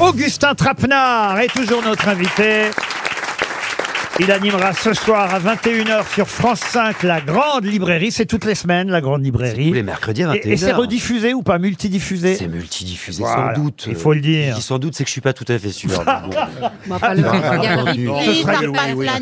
Augustin Trapenard est toujours notre invité. Il animera ce soir à 21h sur France 5 la Grande Librairie. C'est toutes les semaines, la Grande Librairie. tous les mercredis à Et, et c'est 21h. rediffusé ou pas Multidiffusé C'est multidiffusé Voilà, sans doute. il faut le dire. Je dis sans doute, c'est que je suis pas tout à fait sûr. Mais bon. Ah, Il y a le replay, sera ça le- repasse la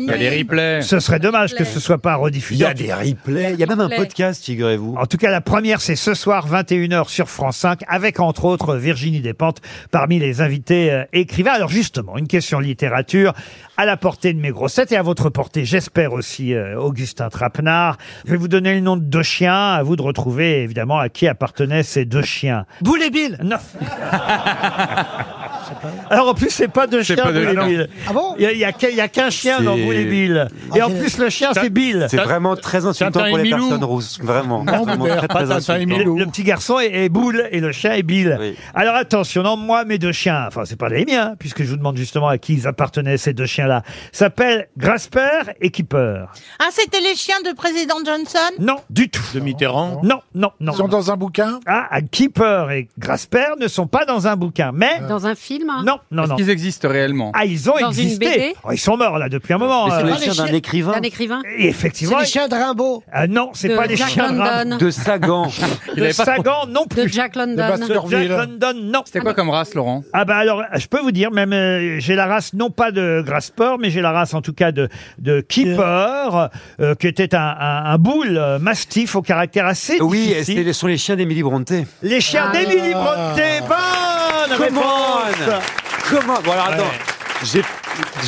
nuit. Ce serait dommage que ce soit pas Il rediffusé. y a des replays, il y a même un podcast, figurez-vous. En tout cas, la première, c'est ce soir, 21h sur France 5, avec entre autres Virginie Despentes parmi les invités euh, écrivains. Alors justement, une question littérature à la portée de mes grossettes et à votre portée, j'espère aussi, euh, Augustin Trapenard. Je vais vous donner le nom de deux chiens, à vous de retrouver évidemment à qui appartenaient ces deux chiens. Boule et Bill Non Alors en plus, c'est pas deux chiens, pas deux- Boule et Ah non. Bill. Il y a- il y a, qu'un- il y a qu'un chien dans C'est- Boule et Bill. Et en plus, le chien, c'est Bill. C'est vraiment très insultant Tintin pour et les Milou. personnes rousses. Vraiment. Non, Vraiment Bébert, pas Tintin et insultant. Milou. Le, le petit garçon est, est Boule et le chien est Bill. Oui. Alors attention, non, moi, mes deux chiens, enfin, c'est pas les miens, puisque je vous demande justement à qui ils appartenaient, ces deux chiens-là, s'appellent Grasper et Keeper. Ah, c'était les chiens de président Johnson Non, du tout. De Mitterrand Non, non, non. Ils sont dans un bouquin Ah, ah, Keeper et Grasper ne sont pas dans un bouquin, mais. Dans un film hein Non, non, non. Est-ce qu'ils existent réellement Ah, ils ont Dans une existé. BD? Oh, ils sont morts, là, depuis un moment. Mais c'est euh. le chien d'un écrivain D'un écrivain Et effectivement. les chiens de Rimbaud. Ah non, c'est De pas les Jack chiens de Ram- London. de Sagan. Il de avait pas- Sagan non De plus. Jack De London. Bastien. De Jack Orville. London, non. C'était quoi comme race, Laurent Ah bah alors, je peux vous dire, même euh, j'ai la race non pas de Grasport, mais j'ai la race en tout cas de, de Keeper, euh, qui était un, un, un boule euh, mastif au caractère assez Oui, et c'est- difficile. ce sont les chiens d'Émilie Brontë. Les chiens d'Émilie Brontë, bonne Come réponse on Comment Bon alors attends, j'ai-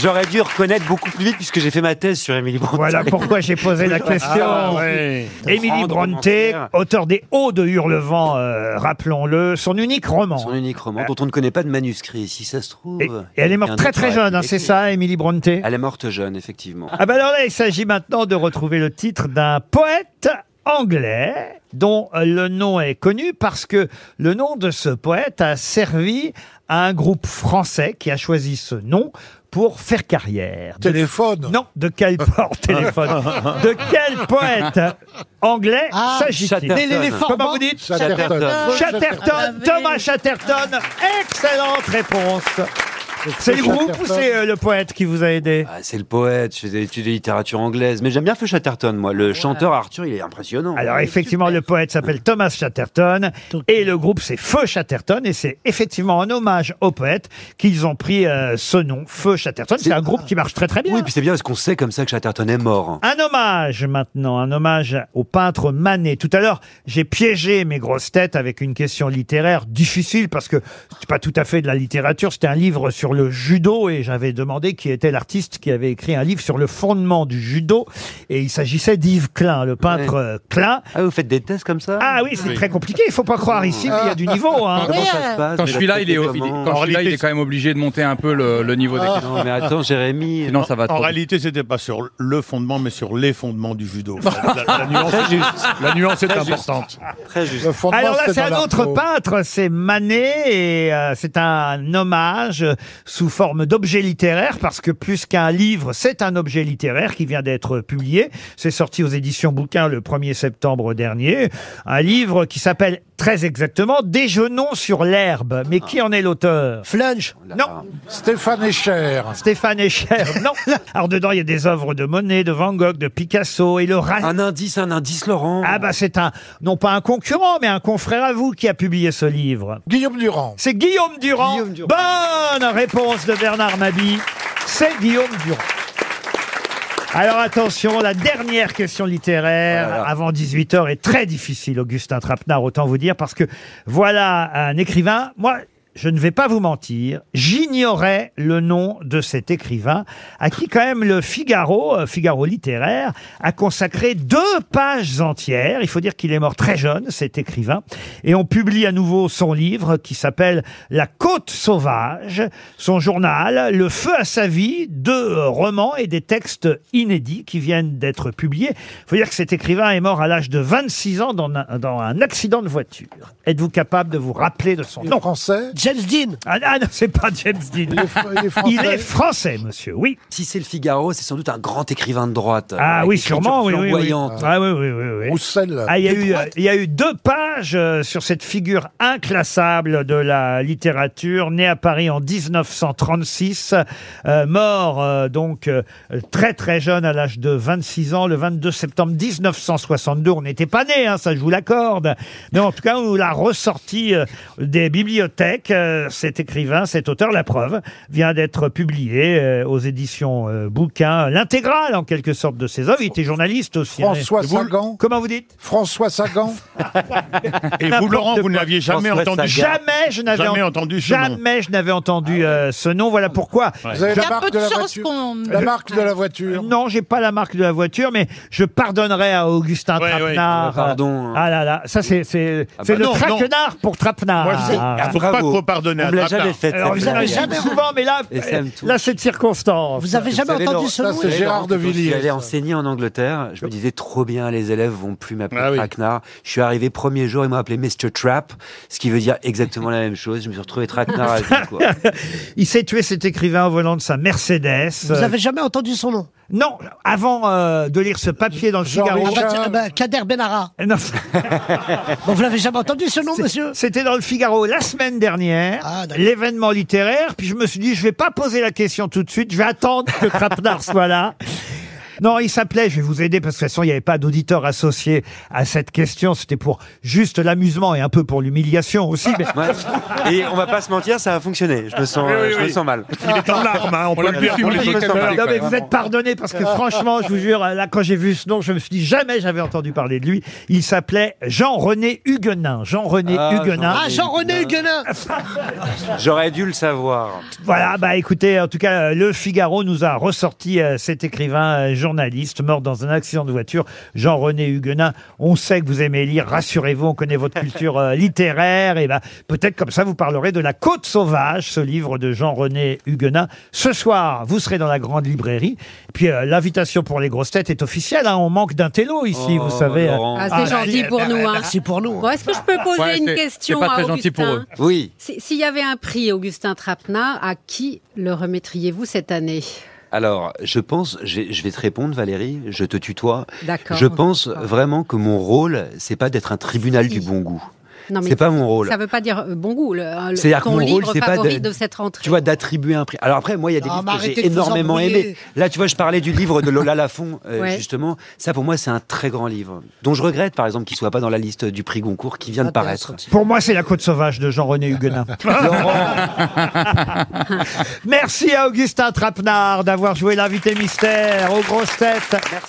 j'aurais dû reconnaître beaucoup plus vite puisque j'ai fait ma thèse sur Émilie Brontë. Voilà pourquoi j'ai posé Ah, la question. Ah, ouais. Émilie Grande Brontë, romancière. auteur des Hauts de Hurlevent, euh, rappelons-le, son unique roman. Son unique roman dont on ne connaît pas de manuscrit, si ça se trouve. Et, et elle est morte très quelqu'un d'autre très jeune, aurait pu hein, c'est l'écrire. ça, Émilie Brontë Elle est morte jeune, effectivement. Ah bah alors là, il s'agit maintenant de retrouver le titre d'un poète anglais dont euh, le nom est connu parce que le nom de ce poète a servi à un groupe français qui a choisi ce nom pour faire carrière. De- Téléphone non, de quel port téléphone De quel poète anglais Ah, s'agit-il Chatterton. Les- les- les Comment vous dites Chatterton. Chatterton, Thomas Chatterton. Excellente réponse. C'est le groupe ou c'est euh, le poète qui vous a aidé Ah, c'est le poète, je fais des études de littérature anglaise, mais j'aime bien Feu Chatterton, moi. Le chanteur Arthur, il est impressionnant. Alors effectivement, le poète s'appelle Thomas Chatterton et le groupe c'est Feu Chatterton et c'est effectivement en hommage au poète qu'ils ont pris euh, ce nom, Feu Chatterton. C'est un groupe qui marche très très bien. Oui, puis c'est bien parce qu'on sait comme ça que Chatterton est mort. Un hommage maintenant, un hommage au peintre Manet. Tout à l'heure, j'ai piégé mes grosses têtes avec une question littéraire difficile parce que c'est pas tout à fait de la littérature, c'était un livre sur le judo et j'avais demandé qui était l'artiste qui avait écrit un livre sur le fondement du judo et il s'agissait d'Yves Klein, le peintre euh, Klein. Ah, vous faites des tests comme ça Ah oui, c'est très compliqué. Il faut pas croire ici, mais il y a du niveau. hein. Comment ça euh, se passe Quand je suis là, il est, il est- Comment quand je suis là, il est quand même obligé de monter un peu le, le niveau des questions. Non, mais attends, Jérémy. Sinon, ça va En trop. vite. réalité, c'était pas sur le fondement, mais sur les fondements du judo. la, la nuance, la nuance est importante. Très juste. Le fondement, Alors là, c'était c'est un dans autre l'argot. peintre, c'est Manet, et euh, c'est un hommage euh, sous forme d'objet littéraire, parce que plus qu'un livre, c'est un objet littéraire qui vient d'être publié. C'est sorti aux éditions Bouquin le 1er septembre dernier. Un livre qui s'appelle très exactement Déjeunons sur l'herbe. Mais qui en est l'auteur Flunch. Non, Stéphane Echer. Stéphane Escher, non. Alors dedans, il y a des œuvres de Monet, de Van Gogh, de Picasso, et le Ra- Un indice, un indice, Laurent. Ah bah c'est un, non pas un concurrent, mais un confrère à vous qui a publié ce livre. Guillaume Durand. C'est Guillaume Durand. Guillaume Durand. Bonne réponse de Bernard Mabi. C'est Guillaume Durand. Alors attention, la dernière question littéraire Voilà. avant 18h est très difficile, Augustin Trapenard, autant vous dire, parce que voilà un écrivain. Moi, je ne vais pas vous mentir, j'ignorais le nom de cet écrivain à qui quand même le Figaro, euh, Figaro littéraire, a consacré deux pages entières. Il faut dire qu'il est mort très jeune, cet écrivain. Et on publie à nouveau son livre qui s'appelle La Côte Sauvage, son journal, Le Feu à sa vie, deux euh, romans et des textes inédits qui viennent d'être publiés. Il faut dire que cet écrivain est mort à l'âge de 26 ans dans un, dans un accident de voiture. Êtes-vous capable de vous rappeler de son Il est nom Français. James Dean. Ah, ah non, c'est pas James Dean. Il est français. Il est français, monsieur, oui. Si c'est le Figaro, c'est sans doute un grand écrivain de droite. Ah avec oui, écriture sûrement, oui, oui, oui. flamboyante. Ah oui, oui, oui, oui. Roussel. Ah, il y, a eu, euh, il y a eu deux pages euh, sur cette figure inclassable de la littérature, née à Paris en 1936, euh, mort euh, donc euh, très très jeune à l'âge de 26 ans, le 22 septembre 1962. On n'était pas né, hein, ça je vous l'accorde. Mais en tout cas, on l'a ressorti euh, des bibliothèques. Euh, cet écrivain, cet auteur, la preuve, vient d'être publié euh, aux éditions euh, Bouquin, l'intégrale en quelque sorte de ses œuvres. Il était journaliste aussi. hein. François Sagan. Comment vous dites François Sagan. Et vous, n'importe Laurent, vous quoi. ne l'aviez jamais François entendu. Sagan. Jamais je n'avais Jamais ent- entendu ce nom. Ah jamais je n'avais entendu euh, ce nom. Voilà pourquoi. Vous avez Il y la a peu marque de de la chances voiture. qu'on. La marque de la voiture. Non, j'ai pas la marque de la voiture, mais je pardonnerai à Augustin Ouais, ouais. Trapenard. Ah, pardon. Ah là là, ça c'est c'est Ah c'est bah le non, non. traquenard pour Trapenard. Moi, je sais. Ah. Ah, faut pas Bravo. trop pardonner On à me l'a Trappard. jamais fait. Alors cette vous avez blague. jamais souvent, mais là, euh, Et ça me touche. là c'est de circonstance. Vous avez jamais savez, entendu Laurent, ça, ce nom c'est Laurent Gérard Laurent, quand Devilliers, Je suis allé ça. enseigner en Angleterre. Je me disais trop bien, les élèves vont plus m'appeler Ah oui. Traquenard. Je suis arrivé premier jour, ils m'ont appelé Mr. Trap, ce qui veut dire exactement la même chose. Je me suis retrouvé Traquenard. à vie, quoi. Il s'est tué cet écrivain au volant de sa Mercedes. Vous Euh, avez jamais entendu son nom Non, avant euh, de lire ce papier dans le Jean Figaro. Ah bah, Richard. tiens, bah, Kader Benara. Non, Bon, vous l'avez jamais entendu ce nom, monsieur C'était dans le Figaro la semaine dernière, Ah, d'accord. l'événement littéraire. Puis je me suis dit, je vais pas poser la question tout de suite, je vais attendre que Trapenard soit là. Non, il s'appelait, je vais vous aider parce que de toute façon, il n'y avait pas d'auditeur associé à cette question. C'était pour juste l'amusement et un peu pour l'humiliation aussi. mais- Ouais. Et on va pas se mentir, ça a fonctionné. Je me sens, Oui, oui, je me oui. sens mal. Il est en larmes, hein, on peut l'a le dire. plus pour les humilié auditeurs. quand même. non, mais vous êtes pardonné parce que franchement, je vous jure, là, quand j'ai vu ce nom, je me suis dit jamais j'avais entendu parler de lui. Il s'appelait Jean-René Huguenin. Jean-René Ah, Huguenin. Jean-René. Ah, Jean-René Huguenin J'aurais dû le savoir. Voilà, bah écoutez, en tout cas, euh, Le Figaro nous a ressorti euh, cet écrivain euh, journaliste mort dans un accident de voiture, Jean-René Huguenin. On sait que vous aimez lire, rassurez-vous, on connaît votre culture euh, littéraire, et bah peut-être comme ça vous parlerez de La Côte Sauvage, ce livre de Jean-René Huguenin. Ce soir, vous serez dans la grande librairie. Puis euh, l'invitation pour les grosses têtes est officielle, hein, on manque d'un télo ici, vous Oh, savez. euh, Laurent. Ah, Ah, c'est gentil pour nous. Hein. Merci pour nous. Bon, est-ce que je peux poser Ouais, une c'est- question c'est à pas très Augustin gentil pour eux. Oui. Si- S'il y avait un prix Augustin Trapenard, à qui le remettriez-vous cette année Alors, je pense, j'ai- je vais te répondre, Valérie. Je te tutoie. D'accord. Je pense D'accord. vraiment que mon rôle, c'est pas d'être un tribunal Si. du bon goût. Non, mais C'est pas mon rôle. Ça veut pas dire euh, bon goût. Le, le- C'est-à-dire que ton mon rôle, livre c'est pas favori de- de... cette rentrée. Tu vois, d'attribuer un prix. Alors après, moi, il y a des Non, Ah, mais livres que arrêtez j'ai de vous énormément embrouiller. aimés. Là, tu vois, je parlais du livre de Lola Lafont, euh, Ouais. justement. Ça, pour moi, c'est un très grand livre, dont je regrette, par exemple, qu'il soit pas dans la liste du prix Goncourt qui vient Ah, de paraître. Pour moi, c'est la Côte Sauvage de Jean-René Huguenin. Merci à Augustin Trapenard d'avoir joué l'invité mystère aux grosses têtes.